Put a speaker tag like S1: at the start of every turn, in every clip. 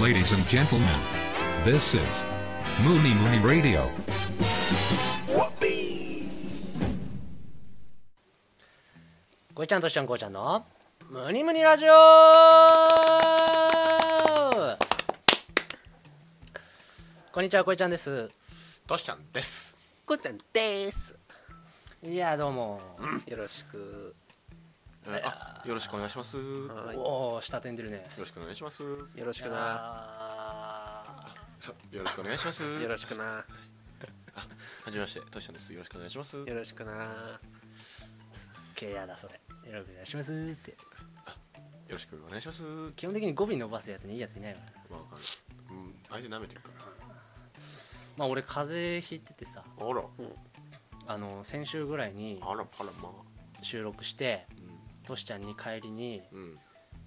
S1: Ladies and gentlemen, this is Mooney Mooney Radio.
S2: ごいちゃんとしちゃんこうちゃんのムニムニラジオこんにちはこいちゃんです
S3: としちゃんです
S4: こっちゃんです。
S2: いやどうも、
S4: よろしく。
S3: あよろしくお願いしますよ
S4: はい。
S2: おお下手んでるね
S3: ろしくお願いします
S4: よろしくな。
S2: あ
S3: そよろしくお願いします
S4: よろしくな。
S3: はじめましてとしちゃんですよろしくお願いします
S4: よろしくな。
S2: ーけやだそれよろしくお願いしますって
S3: よろしくお願いします
S2: 基本的に語尾伸ばすやつにいいやついないわ
S3: まあわかるうん相手舐めてるか
S2: まあ俺風邪ひいててさ
S3: らあら
S2: あの先週ぐらいに
S3: あらパラまあ
S2: 収録して
S3: う
S2: としちゃんに帰りに
S3: んうん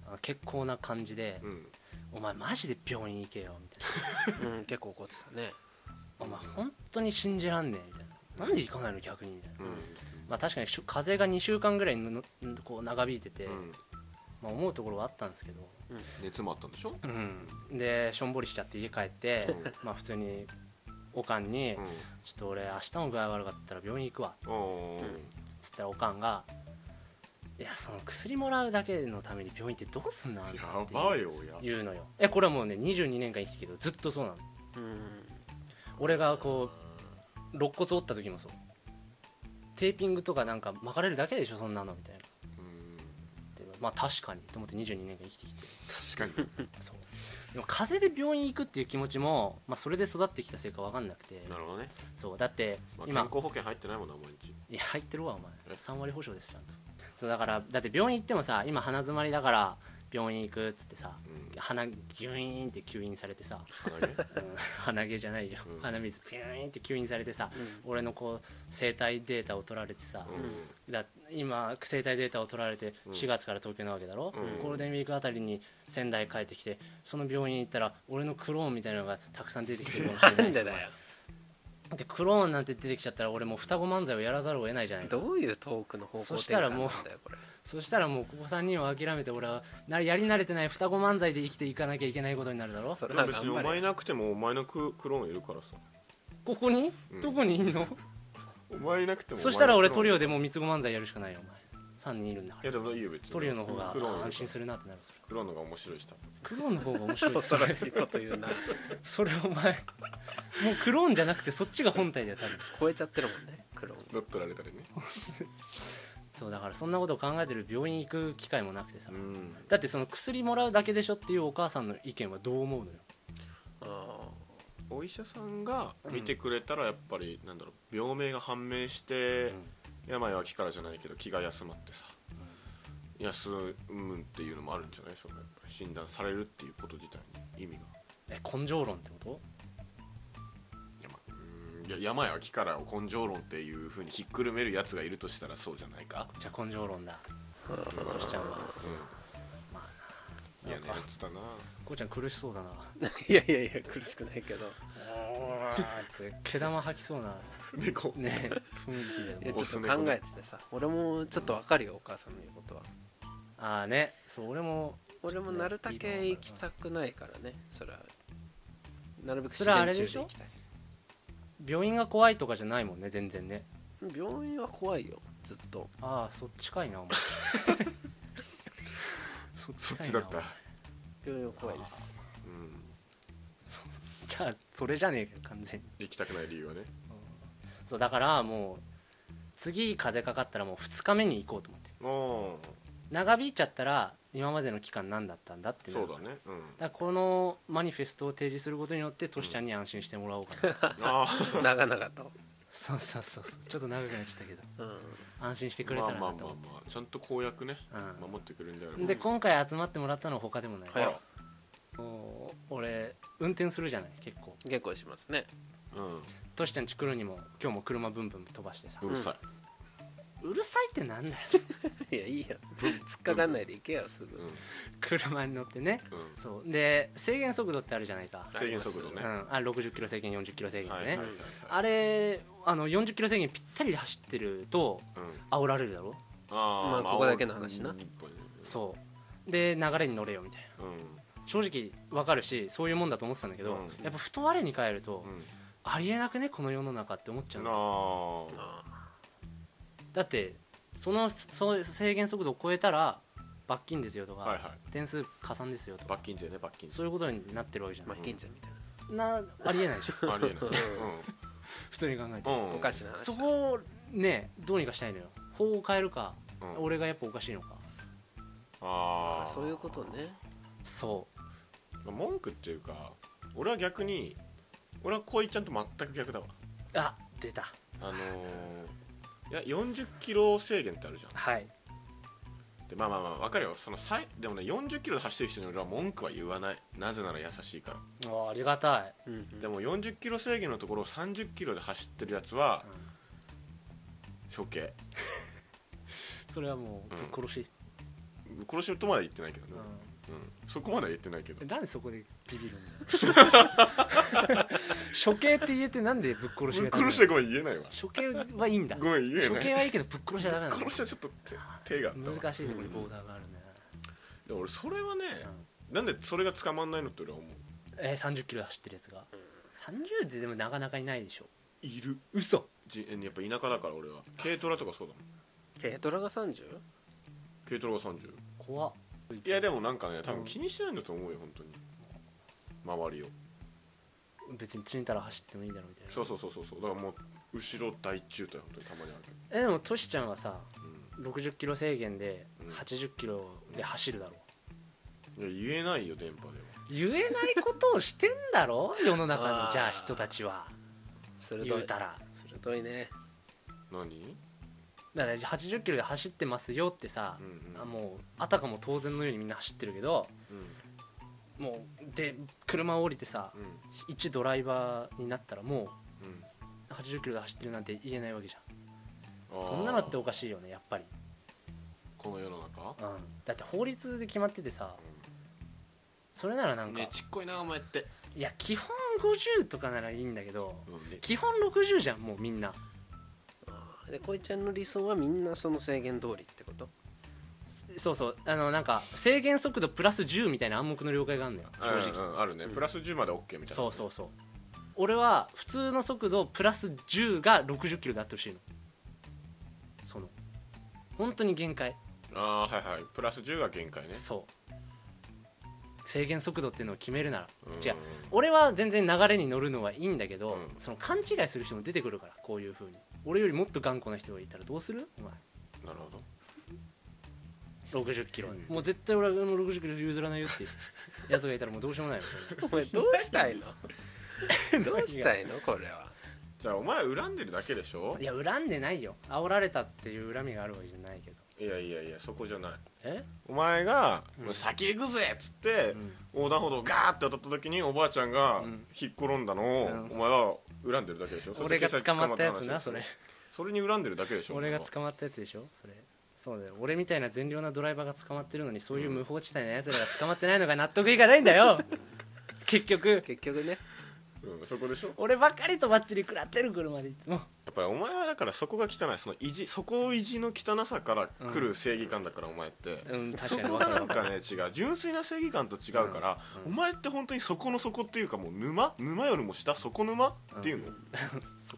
S2: あの結構な感じで
S3: うん
S2: 「お前マジで病院行けよ」みたいな
S4: うん、結構怒ってたね。
S2: お前本当に信じらんねえみたいななんで行かないの逆にみたいな、
S3: うん
S2: まあ確かにしゅ風邪が2週間ぐらいののこう長引いてて、
S3: うん
S2: まあ、思うところはあったんですけど、
S3: 熱もあったんでしょ
S2: うん、でしょんぼりしちゃって家帰って、
S3: うん
S2: まあ普通におかんに、
S3: うん
S2: ちょっと俺明日も具合悪かったら病院行くわ」
S3: おー
S4: うん
S2: つったらおかんが「いやその薬もらうだけのために病院ってどうすんのあんた」
S3: や
S2: って
S3: ばいよや
S2: 言うのよえこれはもうね22年間生きてきてずっとそうなの
S4: うん。
S2: 俺がこう肋骨折った時もそうテーピングとかなんか巻かれるだけでしょそんなのみたいな
S3: うん
S2: でまあ確かにと思って22年間生きてきて
S3: 確か
S2: そうでも風邪で病院行くっていう気持ちも、まあ、それで育ってきたせいか分かんなくて
S3: になるほどね
S2: そうだって
S3: まあ健
S2: 今、
S3: 康保険入ってないもんな毎日
S2: いや入ってるわお前
S3: え
S2: 3割保証ですちゃんとそうだからだって病院行ってもさ今鼻詰まりだから病院行くっつってさ
S3: うん
S2: 鼻ギュイーンって吸引されてさ、
S3: 鼻毛
S2: うん 鼻毛じゃないよ、
S3: うん
S2: 鼻水ピューンって吸引されてさ
S4: うん
S2: 俺のこう生体データを取られてさ、
S3: うん
S2: だ今生体データを取られて
S3: うん
S2: 4月から東京なわけだろ、
S3: うん
S2: ゴールデンウィークあたりに仙台帰ってきてその病院行ったら俺のクローンみたいなのがたくさん出てきてるかもしれない
S4: なんでだよ。
S2: でクローンなんて出てきちゃったら俺もう双子漫才をやらざるを得ないじゃない
S4: どういうトークの方向
S2: そ
S4: 転
S2: したら
S4: 換なん
S2: もう
S4: だよこれ。
S2: そしたらもうここ3人は諦めて俺はなやり慣れてない双子漫才で生きていかなきゃいけないことになるだろ
S4: それ
S3: で
S4: は
S3: も別にお
S4: 頑張
S3: 前
S4: れ。
S3: いなくてもお前のククローンいるからさ
S2: ここに、
S3: うん
S2: どこにいんの
S3: お前いなくてもお前のクローン
S2: そしたら俺トリオでもう三つ子漫才やるしかないよお前3人いるんだか
S3: い
S2: ら
S3: やでもいいよ別に
S2: トリオの方が
S3: クローンいるから
S2: 安心するなってなるそれ
S3: クローンの方が面白いした
S2: クローンの方が面白い
S4: 恐ろしいこと言うな。
S2: それお前もうクローンじゃなくてそっちが本体だよ多分
S4: 超えちゃってるもんね。クローン。
S3: 乗っ取られたりね
S2: そうだからそんなことを考えてる病院行く機会もなくてさ、
S3: うん
S2: だってその薬もらうだけでしょっていうお母さんの意見はどう思うのよ
S4: あ
S3: お医者さんが見てくれたらやっぱりなんだろう病名が判明して、病は気からじゃないけど気が休まってさ、休むっていうのもあるんじゃないそのやっぱり診断されるっていうこと自体に意味が
S2: え根性論ってこと
S3: うんいや病は気からを根性論っていうふうにひっくるめるやつがいるとしたらそうじゃないか、
S2: じゃあ根性論だ
S4: あ。うん
S2: こしちゃんは
S3: うん、いやね
S2: なん
S3: や
S2: か
S3: つだな
S2: こうちゃん苦しそうだない
S4: やいやいや苦しくないけど。
S2: おーって毛玉吐きそうな
S3: 猫
S2: ね雰囲気
S4: い
S2: でも
S4: や
S2: う
S4: ちょっと考えててさ。俺もちょっとわかるよお母さんの言うことは。
S2: ああねそう俺も
S4: 俺もなるだけ行きたくないからね。それは。なるべく
S2: そ
S4: 自
S2: れはあれ
S4: 然中
S2: で
S4: で
S2: し
S4: 行
S2: ょ
S4: きたい。
S2: 病院が怖いとかじゃないもんね全然ね
S4: 病院は怖いよずっと
S2: ああそっちかいなお前そっ
S3: そっ
S2: かい
S3: ち
S2: な
S3: だった
S2: お前
S4: 病院は怖いです
S3: うん
S2: じゃあそれじゃねえかよ完全に
S3: 行きたくない理由はね
S2: そうだからもう次風邪かかったらもう2日目に行こうと思って
S3: あ
S2: 長引いちゃったら今までの期間何だったんだって
S3: あ
S2: なる
S3: そうだねうん
S2: だからこのマニフェストを提示することによってトシちゃんに安心してもらおうかな、
S3: ああ
S4: 長々と、
S2: そうそうそうそうちょっと長くなっちゃったけど
S4: うん、
S2: 安心してくれたらな
S3: まあまあ
S2: と
S3: まあ
S2: 思って、
S3: まあちゃんと公約ね
S2: うん
S3: 守ってくれるんだよ
S2: で今回集まってもらったのは他でもない、
S4: はい
S3: あ
S2: もう俺運転するじゃない結構
S4: 結構しますね
S3: らうん
S2: トシちゃんち来るにも今日も車ブンブン飛ばしてさ、
S3: うるさい、
S2: うるさいってなんだよ
S4: いやいいよ突っかかんないで行けよす
S3: うんう
S4: ぐ
S3: ん、
S2: 車に乗ってねそうで制限速度ってあるじゃないか、
S3: 制限速度ね
S2: うん、あ60キロ制限40キロ制限ね、
S3: はいはいはいはい
S2: あれあの40キロ制限ぴったりで走ってると
S3: うん
S2: 煽られるだろ
S3: あー
S4: まあここだけの話な
S3: うん
S2: そうで流れに乗れよみたいな
S3: うん
S2: 正直わかるしそういうもんだと思ってたんだけど、
S3: うん
S2: やっぱふと我に返ると、
S3: うん
S2: ありえなくねこの世の中って思っちゃう
S3: な
S2: の
S3: あ
S2: だってそのそう制限速度を超えたら罰金ですよとか、
S3: はいはい
S2: 点数加算ですよとか
S3: 罰金税ね罰金税
S2: そういうことになってるわけじゃな
S4: まあ
S2: い、
S4: 現在みたいな、
S2: なありえないじゃん
S3: ありえない
S2: 普通に考えて、
S3: うんうん
S4: おかしな話だ
S2: そこをねどうにかしたいのよ法を変えるか、
S3: うん
S2: 俺がやっぱおかしいのか
S3: あ
S4: あ
S3: あ
S4: そういうことね
S2: そ
S3: 文句っていうか俺は逆に俺は恋ちゃんと全く逆だわ
S2: うあ出た
S3: あのーいや40キロ制限ってあるじゃん
S2: はい
S3: でまあまあまあ分かるよそのさいでもね40キロで走ってる人に俺は文句は言わないなぜなら優しいから
S2: あありがたい、
S4: うんうん
S3: でも40キロ制限のところを30キロで走ってるやつは処刑
S2: それはもうぶっ殺し、
S3: 殺しとまでは言ってないけどね
S2: うん、
S3: うんそこまでは言ってないけど
S2: なんでそこでビビるんだよ 処刑って言えてなんでぶっ殺しが
S3: ぶっ
S2: ダメな
S3: 殺
S2: の
S3: しはごめん言えないわ
S2: 処刑はいいんだ
S3: ごめん言え
S2: 処
S3: ない
S2: 刑はいいけどぶっ殺しはダメなんだ
S3: 殺しはちょっと手手があったわ
S2: 難しいところにボーダーがあるね、
S3: でも俺それはね、なんでそれが捕まんないのって俺は思う
S2: えー、30キロ走ってるやつが30ででもなかなかいないでしょ
S3: いる
S2: 嘘
S3: じやっぱ田舎だから俺は軽トラとかそうだもん
S4: 軽トラが 30?
S3: 軽トラが30
S2: 怖っ
S3: いやでもなんかね多分気にしてないんだと思うよ本当に周りを
S2: 別にちんたら走っててもいいだろうみたいな
S3: そうそうそうそうそうだからもう後ろ大中とは本当にたまにあるけ
S2: えでもトシちゃんはさ
S3: ど、
S2: 60キロ制限で
S3: うん
S2: 80キロで走るだろ
S3: うん、いや言えないよ電波では
S2: 言えないことをしてんだ ろ世の中
S4: あ
S2: の
S4: ー
S2: じゃあ人たちは
S4: 鋭
S2: 言う
S4: い
S2: たら
S4: 鋭いね
S3: 何
S2: だから80キロで走ってますよってさ、
S3: うんうん
S2: あもうあたかも当然のようにみんな走ってるけど
S3: うん
S2: もうで車を降りてさ
S3: うん
S2: 一ドライバーになったらも
S3: うん
S2: う80キロで走ってるなんて言えないわけじゃ
S3: あー
S2: んそんなのっておかしいよねやっぱり、
S3: この世の中
S2: うん、だって法律で決まっててさそれならなんか、
S3: ねちっこいなお前って、
S2: いや基本50とかならいいんだけど
S3: うんね
S2: 基本60じゃんもうみんな
S4: あーでこいちゃんの理想はみんなその制限通りってこと
S2: そうそうあのなんか制限速度プラス10みたいな暗黙の了解があるのよ正直、
S3: うんうんあるね、
S4: うん
S3: プラス10まで OK みたいな
S2: そうそうそう俺は普通の速度プラス10が60キロであってほしいのその本当に限界、
S3: ああはいはいプラス10が限界ね
S2: そう制限速度っていうのを決めるなら、
S3: うん
S2: 違う俺は全然流れに乗るのはいいんだけど、
S3: うん
S2: その勘違いする人も出てくるからこういう風に俺よりもっと頑固な人がいたらどうするお前
S3: なるほど
S2: 60キロ、もう絶対俺はもう60キロ譲らないよっていうやつがいたらもうどうしようもないよそ
S4: お前どうしたいの
S2: れ
S4: どうした
S2: い
S4: いのこれは
S3: じゃあお前は恨んでるだけでしょ
S2: いや恨んでないよ煽られたっていう恨みがあるわけじゃないけど
S3: いやいやいやそこじゃない
S2: え、
S3: お前が
S2: うん
S3: 「もう先行くぜ!」っつって、
S2: うん
S3: 横断歩道ガーって当たった時におばあちゃんが
S2: うん
S3: 引っ転んだのを、
S2: うん
S3: お前は恨んでるだけでしょそして
S2: 俺が
S3: 警察
S2: 捕まったやつな
S3: 話でしょ
S2: それ
S3: それに恨んでるだけでしょ
S2: 俺が
S3: お
S2: 捕まったやつでしょそれそうだよ俺みたいな善良なドライバーが捕まってるのにそういう無法地帯のやつらが捕まってないのが納得いかないんだよ結局
S4: 結局ね
S3: 前はうん、そこでしょや
S2: 俺ばっかりとばっちり食らってる車でいつも
S3: っぱりお前はだからそこが汚いその意地そこを意地の汚さから来る正義感だから、お前って、
S2: うん確
S3: そ
S2: かに
S3: こ
S2: わ
S3: が
S2: る
S3: な
S2: わ
S3: んかね違う純粋な正義感と違うから、
S2: うん
S3: お前って本当に底の底っていうかもう沼沼よりも下底沼っていうの、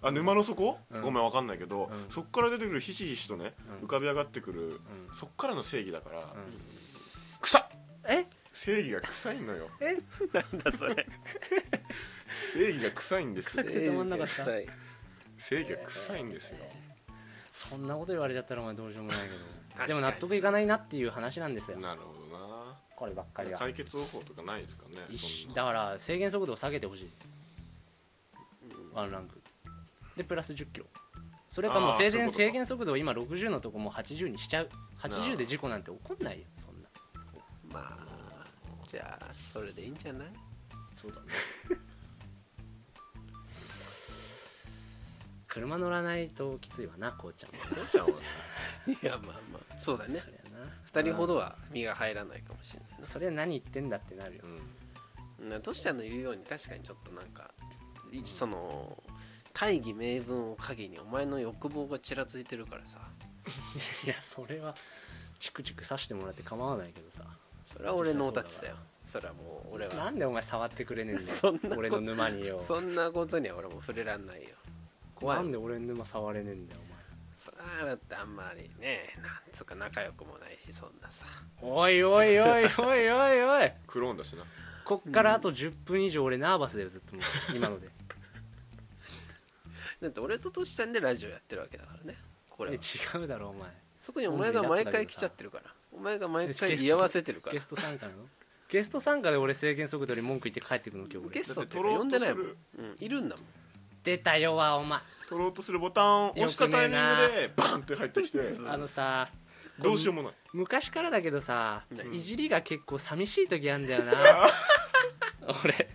S3: あ沼の底、
S2: うん
S3: ごめんわかんないけど、
S2: うん
S3: そっから出てくるひしひしとね、
S2: うん
S3: 浮かび上がってくる、
S2: うん
S3: そっからの正義だから、
S2: うん
S3: 臭い
S2: え
S3: 正義が臭いのよ
S2: え
S4: なんだそれ
S3: 正義が臭いんです
S2: 臭
S3: よ
S2: くて止まんなかった
S4: 正義
S3: 正義が臭いんですよ、
S2: そんなこと言われちゃったらお前どうしようもないけど
S4: かに
S2: でも納得いかないなっていう話なんですよ
S3: なるほどな
S2: こればっかりは
S3: 解決方法とかないですかね
S2: 一緒
S3: そんな
S2: だから制限速度を下げてほしいワンランクでプラス1 0キロそれかもう
S3: あー
S2: 制
S3: そうい
S2: 限
S3: うことか
S2: 制限速度を今60のとこもう80にしちゃう80で事故なんて起こんないよそんな
S4: まあじゃあそれでいいんじゃない
S3: そうだね
S2: 車乗らないときついわなこうちゃんは
S3: こうちゃんはね
S4: いやまあまあそうだね
S2: そりゃな
S4: 2人ほどは身が入らないかもしれない
S2: それ何言ってんだってなるよ
S4: なトシちゃんの言うように確かにちょっとなんかいその大義名分を陰にお前の欲望がちらついてるからさ
S2: いやそれはチクチク刺してもらって構わないけどさ
S4: それは俺ノータッチだよそれはもう俺
S2: な
S4: は
S2: んでお前触ってくれねえんだよ
S4: そんなこと
S2: 俺の沼によ
S4: そんなことには俺も触れらんないよ怖い
S2: な
S4: もん
S2: んで俺の沼触れねえんだよ
S4: そらだってあんまりねなんつうか仲良くもないしそんなさ
S2: お前おいおい おいおいおいおい
S3: クローンだしな
S2: こっからあと10分以上俺ナーバスだよずっともう今ので
S4: だって俺とトシちゃんでラジオやってるわけだからねこれ
S2: え
S4: は
S2: 違うだろお前
S4: そこにお前が毎回来ちゃってるからお前が毎回居合わせてるから
S2: ゲスト参加なのゲスト参加で俺制限速度より文句言って帰ってくの今日俺
S4: ゲスト取ろうとする、うん、いるんだもん
S2: 出たよわお前
S3: 取ろうとするボタンを押したタイミングでバンって入ってきて
S4: そう
S2: あのさ
S3: どうしようもない
S2: 昔からだけどさ、
S4: うん
S2: いじりが結構寂しい時あんだよ な俺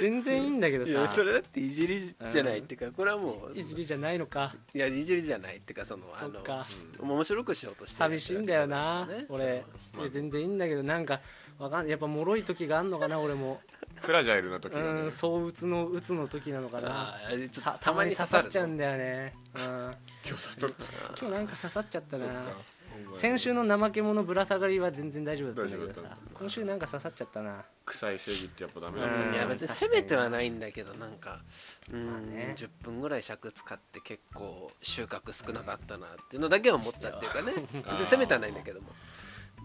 S2: 全然いいんだけど
S4: いや
S2: さ
S4: それだっていじりじゃないっていうかこれはもう
S2: いじりじゃないのか
S4: いやいじりじゃないっていうかそのあ
S2: そっ
S4: の
S2: か
S4: 面白くしようとしてる
S2: 寂しいんだよな
S4: そうですよね
S2: 俺
S3: そう
S2: いや全然いいんだけどなんかわかんやっぱ脆い時があんのかな俺も
S3: フラジャイルな
S2: う
S3: 時がね
S2: ーんそう鬱の鬱の時なのかな
S4: あーちょっと
S2: さ
S4: た
S2: た
S4: ま
S2: ま
S4: に
S2: に
S4: 刺
S2: 刺
S4: さ
S2: さ
S4: る
S2: っちゃうんだよねうん
S3: 今日さとった
S2: 今日なんか刺さっちゃった
S3: そっ
S2: な
S3: かお前
S2: 先週の怠け者ぶら下がりは全然大丈夫だったんだけど
S3: 大丈夫だ
S2: さ
S3: ったんだ
S2: 今週なんか刺さっちゃったな
S3: 臭い正義ってやっぱダメだった
S2: うん
S4: いや別に責めてはないんだけどなんかうん、
S2: まあね
S4: 10分ぐらい尺使って結構収穫少なかったなっていうのだけは思ったってい うかね別に責めてはないんだけども、うん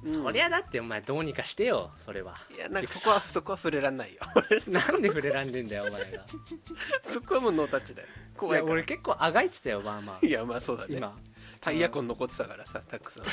S2: そりゃだってお前どうにかしてよそれはい
S4: やなんかそこはそこは触れらんないよ
S2: なんで触れらんでんだよお前が
S4: そこはもうノータッチだよ
S2: い
S4: 怖い
S2: や
S4: から
S2: 俺結構あがいてたよまあま
S4: いやまあそう
S2: あ
S4: だ ね
S2: 今
S4: タイヤ痕残ってたからさたくさん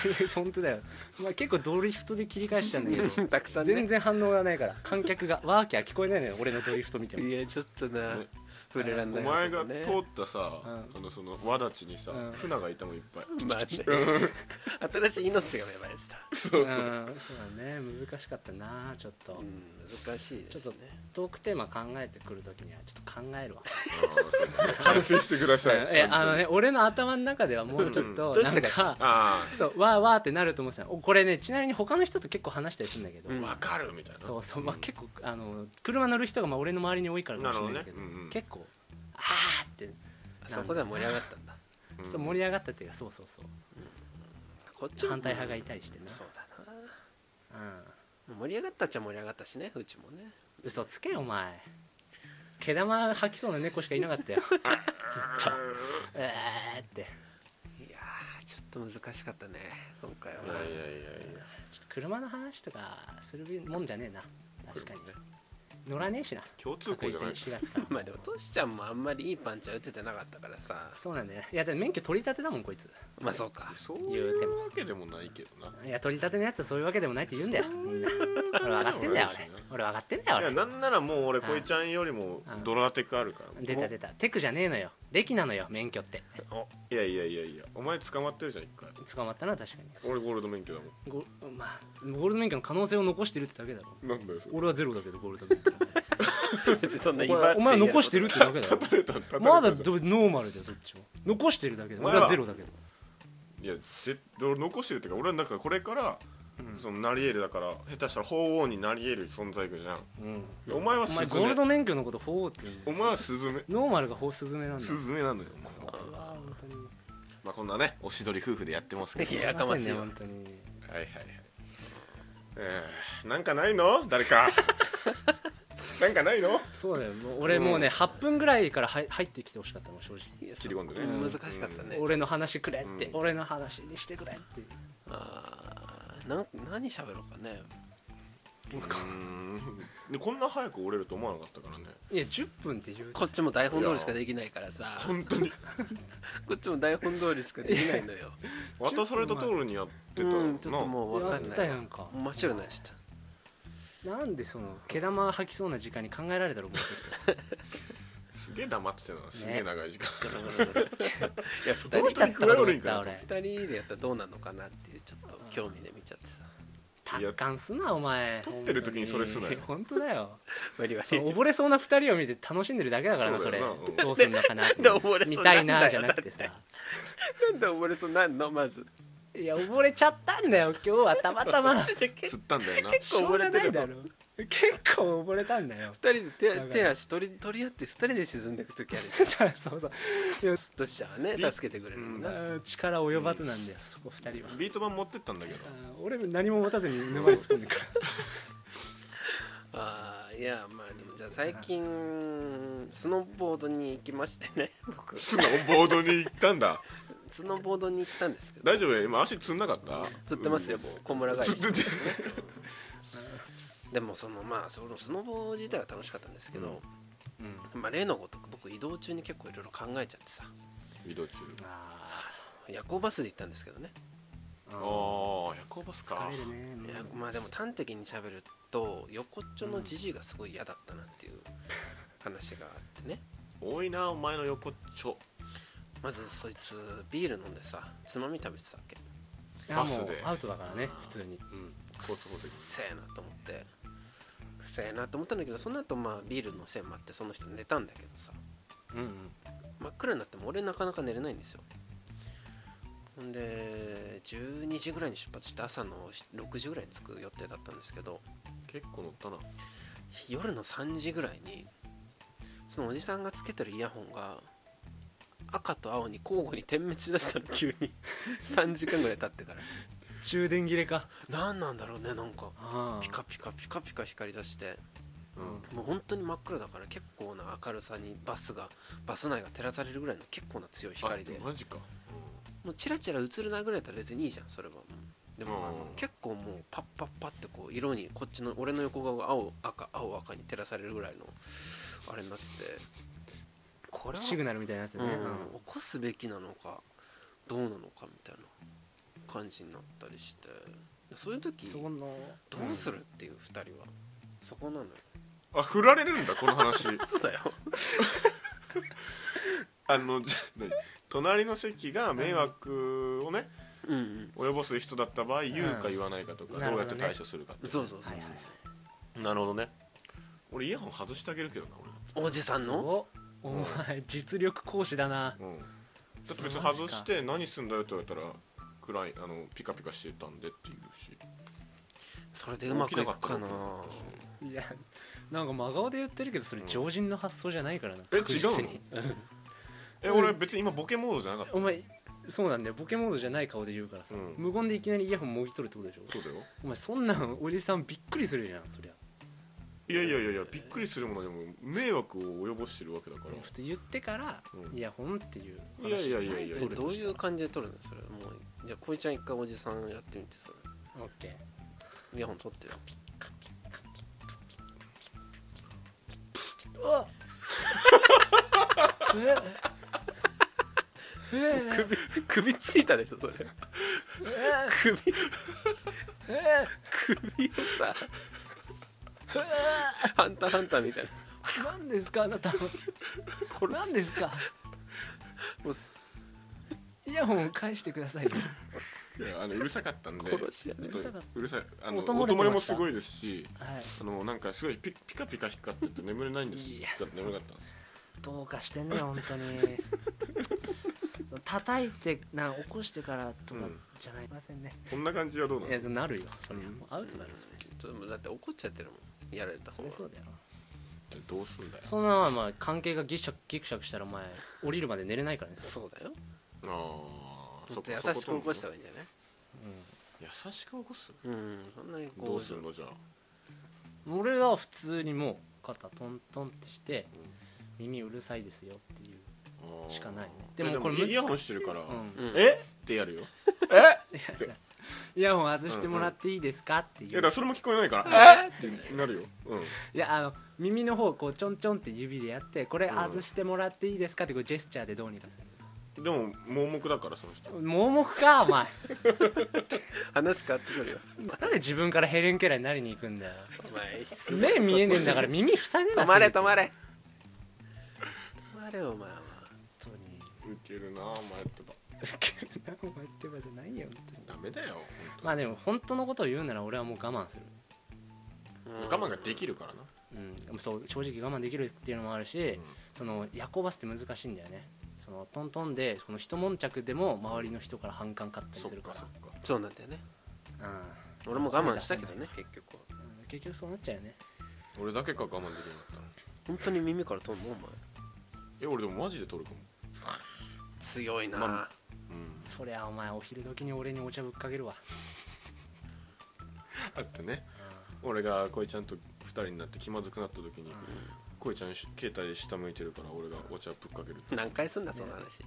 S2: 本当だよお前結構ドリフトで切り返したんだけど
S4: たくさんね
S2: 全然反応がないから観客 がワーキャー聞こえないのよ俺のドリフト見ても
S4: いやちょっとな
S3: ね
S4: 触れらんな
S3: お
S4: い
S3: 前
S4: そ
S3: が
S4: こ
S3: 通
S4: ね
S3: ったさ、
S2: う
S3: あのその輪立ちにさ、
S2: うん
S3: 船がいたもんいっ ぱい
S4: まあね 新しい命が芽生えてた、
S3: そうそう、
S2: うんそうだね難しかったなちょっと、
S4: うん、難しいです
S2: ち
S4: ね
S2: ょっとトークテーマ考えてくるときにはちょっと考えるわ
S3: 反省してください
S2: いやあのね俺の頭の中ではもうちょっ
S4: うん
S2: と
S4: どうし
S2: な
S4: た
S2: ん
S4: か
S2: か
S3: あ
S2: そうわーわーってなると思ってたのおこれねちなみに他の人と結構話したりするんだけど、
S4: う
S3: あ
S4: ん
S3: わかるみたいな
S2: そうそうまあ結構あの車乗る人がまあ俺の周りに多いからかもしれないけど
S3: なるほどねうんうん
S2: 結構あーって
S4: そこでは盛り上がったんだ
S3: うん
S2: そう盛り上がったっていうかそうそうそう
S4: こっちも
S2: 反対派がいたりしてな
S4: そうだ
S2: うん
S4: な盛り上がったっちゃ盛り上がったしねうちもね
S2: 嘘つけよお前毛玉吐きそうな猫しかいなか ったよずっとえーって
S4: いやーちょっと難しかったね今回は、
S3: いやいやいやいや
S2: ちょっと車の話とかするもんじゃねえな確かに
S3: これもね
S2: 乗らねえしな
S3: 共通
S2: 確
S3: 項じゃ
S2: 実
S3: な
S2: に4
S3: い
S2: 月から
S4: まあでもトシちゃんもあんまりいいパンチは打ててなかったからさ
S2: そうなんだよねいやでも免許取り立てだもんこいつ
S4: まあそうか
S3: そう
S2: 言う
S3: い
S2: て
S3: う
S2: も
S3: わけでもないけどない
S2: や取り立てのやつはそういうわけでもないって言 うんだよみんな俺分かってんだよ 俺俺分かってんだよ
S3: いや
S2: 俺
S3: なんならもう俺こいちゃんよりもドラテクあるから
S2: 出た出たテクじゃねえのよ歴なのよ免許って
S3: いやいやいやいやお前捕まってるじゃん一回
S2: 捕まったのは確かに
S3: 俺ゴールド免許だも
S2: ゴ,、まあ、ゴールド免許の可能性を残してるってだけだろ
S3: んなんだよそれ
S2: 俺はゼロだけどゴールド免許
S4: 別にそんな
S3: お前
S4: 威張
S2: お前は残してるってだけだよ
S3: 立たれた立たれたじゃ
S2: ま
S3: ん
S2: だどノーマルだよどっちも残してるだけだ
S3: お前
S2: 俺
S3: は
S2: はゼロだけど
S3: いやぜ俺残してるっていうか俺はなんかこれから、
S2: うん
S3: そのなり得るだから下手したら鳳凰になり得る存在じゃん
S2: うん
S3: お前は
S2: お
S3: ス
S2: 前
S3: ズ
S2: ゴールド
S3: メ
S2: 免許のこと法って言うんだ
S3: お
S2: よ
S3: 前はスズメ
S2: ノーマルが法スズメなんだ
S3: ス
S2: よ
S3: ズメなのよ
S2: うわ本当に
S3: まあこんなねおしどり夫婦でやってますけど
S4: いややかましいわ
S2: 本当に
S3: はいはいはいえー、なんかないの誰か なんかないの
S2: そうだよもう俺もうね、8分ぐらいから入入ってきてほしかったの正直
S4: いや
S3: 切り込んでね
S4: そこ難しかったね、
S2: 俺の話くれって、
S3: うん
S2: 俺の話にしてくれっていう
S4: あーなん何喋ろうかね
S3: うーんでこんな早く折れると思わなかったからね
S2: いや10分って言う
S4: こっちも台本通りしかできないからさ
S3: 本当に
S4: こっちも台本通りしかできないのよ、
S3: 渡された通りにやってたの
S4: うんちょっともう分
S2: や
S4: か
S2: っ
S4: ん
S2: て
S4: な
S2: た
S4: い
S2: やんか
S4: 真っ白になっちゃった
S2: なんでその毛玉が吐きそうな時間に考えられたろもうち
S3: すげえ黙ってたなすげえ長 い時間、
S2: ょっとどうしちゃったのと思っ
S4: いや2人
S3: どうした
S2: た
S3: の
S2: 俺
S4: 二人でやったらどうなのかなっていうちょっと興味で見ちゃってさ
S2: 達観すなお前
S3: 撮ってる時にそれすなよ
S2: 本当だ よ
S4: 無理は
S2: その溺れそうな2人を見て楽しんでるだけだからな
S3: そ
S2: そう
S3: だ
S2: れ
S3: よなうん
S2: どうすんのかなって
S4: なんで溺れそう
S2: 見
S4: に
S2: た
S4: なる
S2: い
S4: んだよ
S2: なじゃなくてさ
S4: なんで溺れそうになんのまず
S2: いや溺れちゃったんだよ今日はたまたま
S4: ちょっと結
S3: 釣ったんだよな
S4: 結構溺れて
S2: しょう
S4: る
S2: が
S4: の
S2: ないだろ結構溺れたんだよ
S4: 二人で手
S2: わかる
S4: 手足取り取り合って二人で沈んでいく時あるじゃん
S2: そうそう
S4: どうしたらね助けてくれるの
S3: うん
S4: な、
S2: あー力及ばずなんだよそこ二人は
S3: ビート板持ってったんだけど
S2: あー俺何も持たずに沼に突っ込んでくる
S4: ああいやまあでもじゃあ最近スノーボードに行きましてね僕
S3: スノーボードに行ったんだ
S4: スノーボードに行ったんですけど
S3: 大丈夫今足つんなかった
S4: 釣ってますよもう小村返し
S3: 釣ってて
S4: でもそのまあそのスノボ自体は楽しかったんですけど、
S2: うん
S4: まあ例のごとく僕移動中に結構いろいろ考えちゃってさ
S3: 移動中
S2: あ
S4: 夜行バスで行ったんですけどね、
S2: ーあ
S3: ああ夜行バス
S2: ー疲
S3: か
S2: れるね
S4: いやまあでも端的に喋ると横っちょのじじいがすごい嫌だったなっていう話があってね
S3: 多いなお前の横っちょ
S4: まずそいつビール飲んでさつまみ食べてたっけ
S2: いやも
S3: パス
S2: う
S3: で
S2: アウトだからね普通に
S3: コツコ
S4: くっ
S3: ツ
S4: せえなと思ってくっせえなと思ったんだけどその後まあビールのせいもあってその人寝たんだけどさ
S2: うんうん
S4: 真っ暗になっても俺なかなか寝れないんですよほんで12時ぐらいに出発して朝の6時ぐらいに着く予定だったんですけど
S3: 結構乗ったな
S4: 夜の3時ぐらいにそのおじさんがつけてるイヤホンが赤と青に交互に点滅しだしたの急に 3時間ぐらい経ってから
S2: 中電切れか
S4: 何なんだろうねなんか
S2: あ
S4: ピカピカピカピカ光り出して
S3: うん
S4: もう本当に真っ暗だから結構な明るさにバスがバス内が照らされるぐらいの結構な強い光で
S3: あマジか
S4: もうチラチラ映るなぐらいだったら別にいいじゃんそれはうんでも
S3: うん
S4: あの結構もうパッパッパってこう色にこっちの俺の横顔が青赤青赤に照らされるぐらいのあれになっててこれは
S2: シグナルみたいなやつね、
S4: うん、起こすべきなのかどうなのかみたいな感じになったりしてそういう時
S2: そ
S4: ど
S2: この
S4: うするっていう2人はそこなのよ
S3: あ振られるんだこの話
S4: そうだよ
S3: あのじゃ何隣の席が迷惑をね
S4: うんうん
S3: 及ぼす人だった場合言うか言わないかとか
S2: なる
S3: どう
S2: ほ
S3: や
S2: ど
S3: っ
S2: ね
S3: て対処するかって
S4: そうそうそうそう、
S2: はいはいはい
S3: なるほどね俺イヤホン外してあげるけどな
S4: おじさんの
S2: おお前実力行使だな
S3: 俺うんだって別に外して何すんだよって言われたら暗いあのピカピカしてたんでって言うし
S4: それでうまくいくか
S3: 起きな
S4: な
S3: かった
S2: いやなんか真顔で言ってるけどそれ常人の発想じゃないからな、
S3: え
S2: 確実に
S3: 違え俺別に今ボケモードじゃなかった
S2: お前そうなんだよボケモードじゃない顔で言うからさ、
S3: うん
S2: 無言でいきなりイヤホンもぎ取るってことでしょ
S3: そうだよ
S2: お前そんなんおじさんびっくりするじゃんそりゃ
S3: いやいやいやいやびっくりするものでも迷惑を及ぼしてるわけだから
S2: 普通言ってから
S3: うん
S2: イヤホンっていう話
S3: いやいやいやいや
S4: えどういう感じで撮るのそれもうじゃあこいちゃん一回おじさんやってみてそれ
S2: オッケー
S4: イヤホン撮ってよ
S2: うわえええ
S4: 首ついたでしょそれ
S2: え
S4: 首
S2: ええ
S4: 首をさ
S2: え
S4: 「ハンターハンター」みたいな
S2: 何ですかあなた
S4: これ
S2: 何ですか
S4: もう
S2: イヤホンを返してくだ さいよ
S3: いやあのうるさかったんでちょっ
S4: 殺し屋ね
S3: とうるさいあの
S2: 音漏れてました
S3: 音漏れもすごいですし
S2: はい
S3: あのなんかすごいピピカピカ光ってて眠れないんです
S2: いや
S3: 眠れなかったんです
S2: どうかしてんね本当に叩いてな起こしてからとかじゃないませんね、
S3: こんな感じはどうないの
S2: やなるよそれはもうアウ
S4: ち
S2: トだろそれ
S4: ょっともうだって怒っちゃってるもんやられた
S2: そ
S4: 方
S2: り
S4: が
S2: ゃそうだよ
S3: どうすんだよ
S2: そんなまあまあ関係がギクシャクギクシャクしたらお前降りるまで寝れないからね
S4: そうだよ
S3: ああ
S4: もっと優しく起こした方がいいんじゃない
S3: 優しく起こす
S4: うんそんなにこう
S3: どうすんのじゃあ
S2: うん俺は普通にもう肩トントンってして耳うるさいですよっていう
S3: あー
S2: しかないね
S3: え
S2: で
S3: で
S2: も
S3: も
S2: こ
S3: こ
S2: れ難しい
S3: れイヤホンしてるから
S2: うん
S4: うん
S3: えってやるよ
S2: いやイヤホン外してもらっていいですかっていう
S3: いやだからそれも聞こえないか
S4: うん
S3: らえってなるようん
S2: いやあの耳の方をこうちょんちょんって指でやってこれ外してもらっていいですかってこうジェスチャーでどうにかす
S3: でも盲目だからその人
S2: る盲目かお前
S4: 話変わってくるよ
S2: なんで自分からヘレン・ケラーになりに行くんだよ
S4: お前す
S2: 目見えねえんだから耳塞げな
S4: 止まれ
S2: せめて
S4: 止まれ止まれお前は
S2: 本当に
S3: ウケるなお前とば
S2: ウケるなお前ってばじゃないよ本当に
S3: ダメだよ
S2: まあ
S3: 本
S2: でも本当のことを言うなら俺はもう我慢する
S3: 当に我慢ができるからな
S2: うん、そう正直我慢できるっていうのもあるし、
S3: ん
S2: その夜行バスって難しいんだよねそのトントンでその一悶着でも周りの人から反感買ったり
S3: そっ
S2: するか
S3: からそっか
S4: そうなんだよね
S2: う
S4: 俺も我慢したけどね結局は
S2: んうん結局そうなっちゃうよね
S3: 俺だけか我慢できなかったの
S4: 本当に耳から飛んのお前
S3: え俺でもマジで取るかも
S4: 強いな、
S3: まうん
S2: そりゃお前お昼時に俺にお茶ぶっかけるわ、
S3: だってね
S2: う
S3: 俺が恋ちゃんと2人になって気まずくなった時に
S2: ん
S3: 恋ちゃん携帯下向いてるから俺がお茶ぶっかけるって
S4: 何回すんだその話、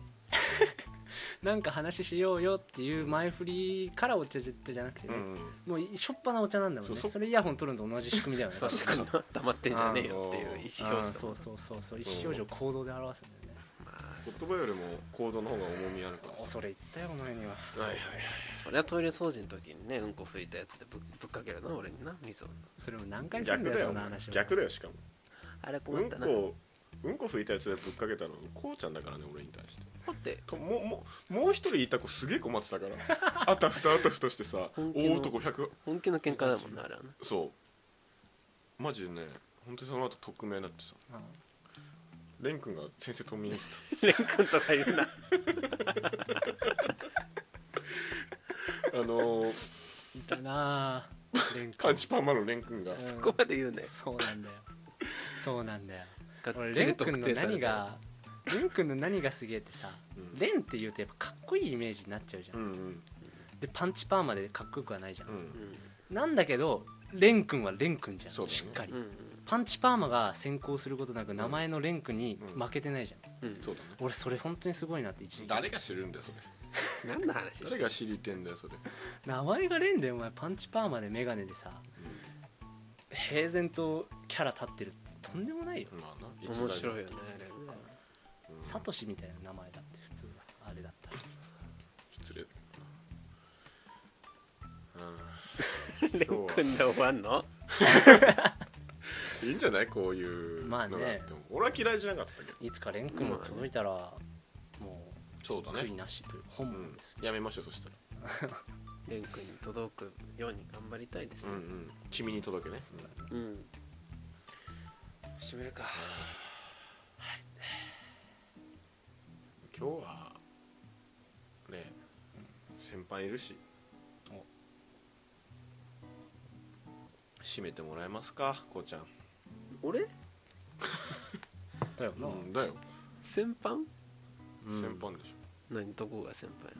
S2: なんか話しようよっていう前振りからお茶じゃなくてね、
S3: うん
S2: もうしょっぱなお茶なんだもんね
S3: そ
S2: そう
S3: そ
S2: れイヤホン取るのと同じ仕組みだよね
S4: 確かにな黙ってんじゃねえよっていう意思表示だ
S2: あ
S4: も
S2: ー
S4: ん
S2: そうそうそうそう意思表示を行動で表すんだよね
S4: まあそ
S3: 言葉よりも行動の方が重みあるからさ
S2: 恐れ言ったよお前には
S3: はいはいはい
S4: そりゃトイレ掃除の時にねうんこ拭いたやつでぶぶっかけるな俺にな水を
S2: それも何回するん
S3: 逆
S2: だ
S3: だ
S2: よそ
S3: よお
S2: んな
S3: 前
S2: 話を
S3: 逆だよしかも
S4: あれ困
S3: う
S4: っ
S3: ん
S4: たな、
S3: こうんこ拭いたやつでぶっかけたのこうちゃんだからね俺に対して
S4: だって
S3: ともうもうもう一人いた子すげえ困ってたから あたふたあたふたしてさ
S4: 本気の
S3: 大男100
S4: 本気の喧嘩だもんなあれはな
S3: そうマジでね本当にその後匿名になってさ
S2: うん
S3: 蓮くんが先生と見に行った
S4: レン君とか言うな
S3: あのー、
S2: いたなぁレン
S3: パ
S2: 君
S3: ンチパーマの蓮くんが、
S2: うん
S4: そこまで言うね
S2: そうなんだよそうなんだよ
S4: がっ
S2: 俺
S4: ち
S2: レ
S4: り
S2: ン君
S4: 特
S2: の
S4: 定され
S2: 何
S4: たよ
S2: がレン君の何がすげえってさ
S3: うん
S2: レンって言うとやっぱかっこいいイメージになっちゃうじゃん、
S3: うんうん
S2: でパンチパーマでかっこよくはないじゃん、
S3: うん
S2: なんだけどレン君はレン君じゃん、
S3: そうだね
S2: しっかり、
S4: うん
S2: パンチパーマが先行することなく名前のレン君に負けてないじゃん、
S4: うんうん
S3: そうだね
S2: 俺それ本当にすごいなって一時期
S3: 誰が知るんだよそれ
S4: 何の話して
S3: 誰
S4: る
S3: が知りてんだよそれ、
S2: 名前がレンでお前パンチパーマで眼鏡でさ平然とキャラ立ってるってとんでもないよ、
S3: まあな一代
S4: 面白いよねレン君
S3: うん
S2: サトシみたいな名前だって普通はあれだったら
S3: 失礼
S4: レン君で終わんの
S3: うんいいんじゃないこういうのがあっても、
S2: まあね
S3: 俺は嫌いじゃなかったけど
S2: いつかレン君も届いたらも
S3: そう
S2: う悔いなしという本
S3: う
S2: 望
S3: ん
S2: です、
S3: やめましょうそしたら
S4: レン君に届くように頑張りたいですね
S3: ん君に届けね、
S4: うん、閉めるか
S3: 今日はね先輩いるし
S2: お
S3: 締めてもらえますかこうちゃん、
S4: 俺
S2: だよな、
S3: だよ
S4: 先輩
S3: 先輩でし
S4: 何どこが先輩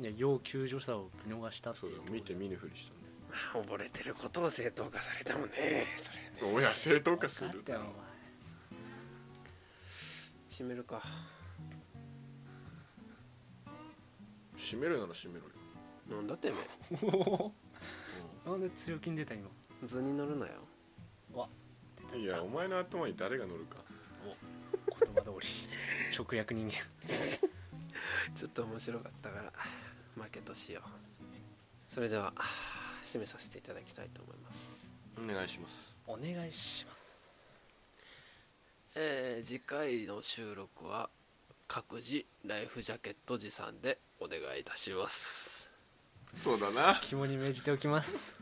S4: なの
S2: いや要救助者を見逃した
S3: ょ
S2: って
S3: そう
S2: い
S3: だ
S2: う
S3: よ見て見ぬふりしたんだよ
S4: まあ溺れてることを正当化されてもねそれね
S3: 親正当化す
S2: 分か
S3: る
S2: ったよ
S4: 閉めるか
S3: 閉めるなら閉めろ
S4: な
S3: よ、
S4: んだてめ
S2: お前 おおなんで強気に出た今
S4: え図に乗るなよ
S3: いやお前の頭に誰が乗るか
S2: 言葉通 り直訳人間
S4: ちょっと面白かったから負けとしようそれでは締めさせていただきたいと思います
S3: お願いします
S2: お願いします
S4: えー次回の収録は各自ライフジャケット持参でお願いいたします
S3: そうだな
S2: 肝に銘じておきます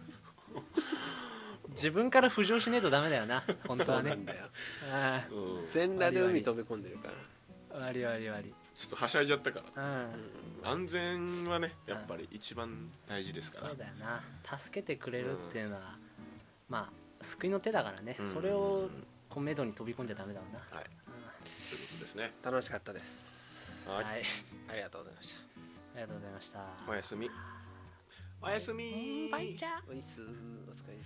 S2: 自分から浮上しねえとダメだよな本当は
S4: そう
S2: ね
S4: なんだよ
S2: あ
S3: うんちょ
S4: 全裸で海飛び込んでるから
S2: あ割り割り割り
S3: っとはしゃいじゃったから
S2: うん
S3: 安全はねやっぱり一番大事ですから
S2: そうだよな助けてくれるっていうのは、まあ救いの手だからね、
S3: うん
S2: それをこうめどに飛び込んじゃダメだもんな
S3: はいということですね
S4: 楽しかったです
S2: は、
S3: はいい
S4: ありがとうございました
S2: ありがとうございました
S3: おやすみおやすみ
S2: バイチャー
S4: おいっすお疲れ様です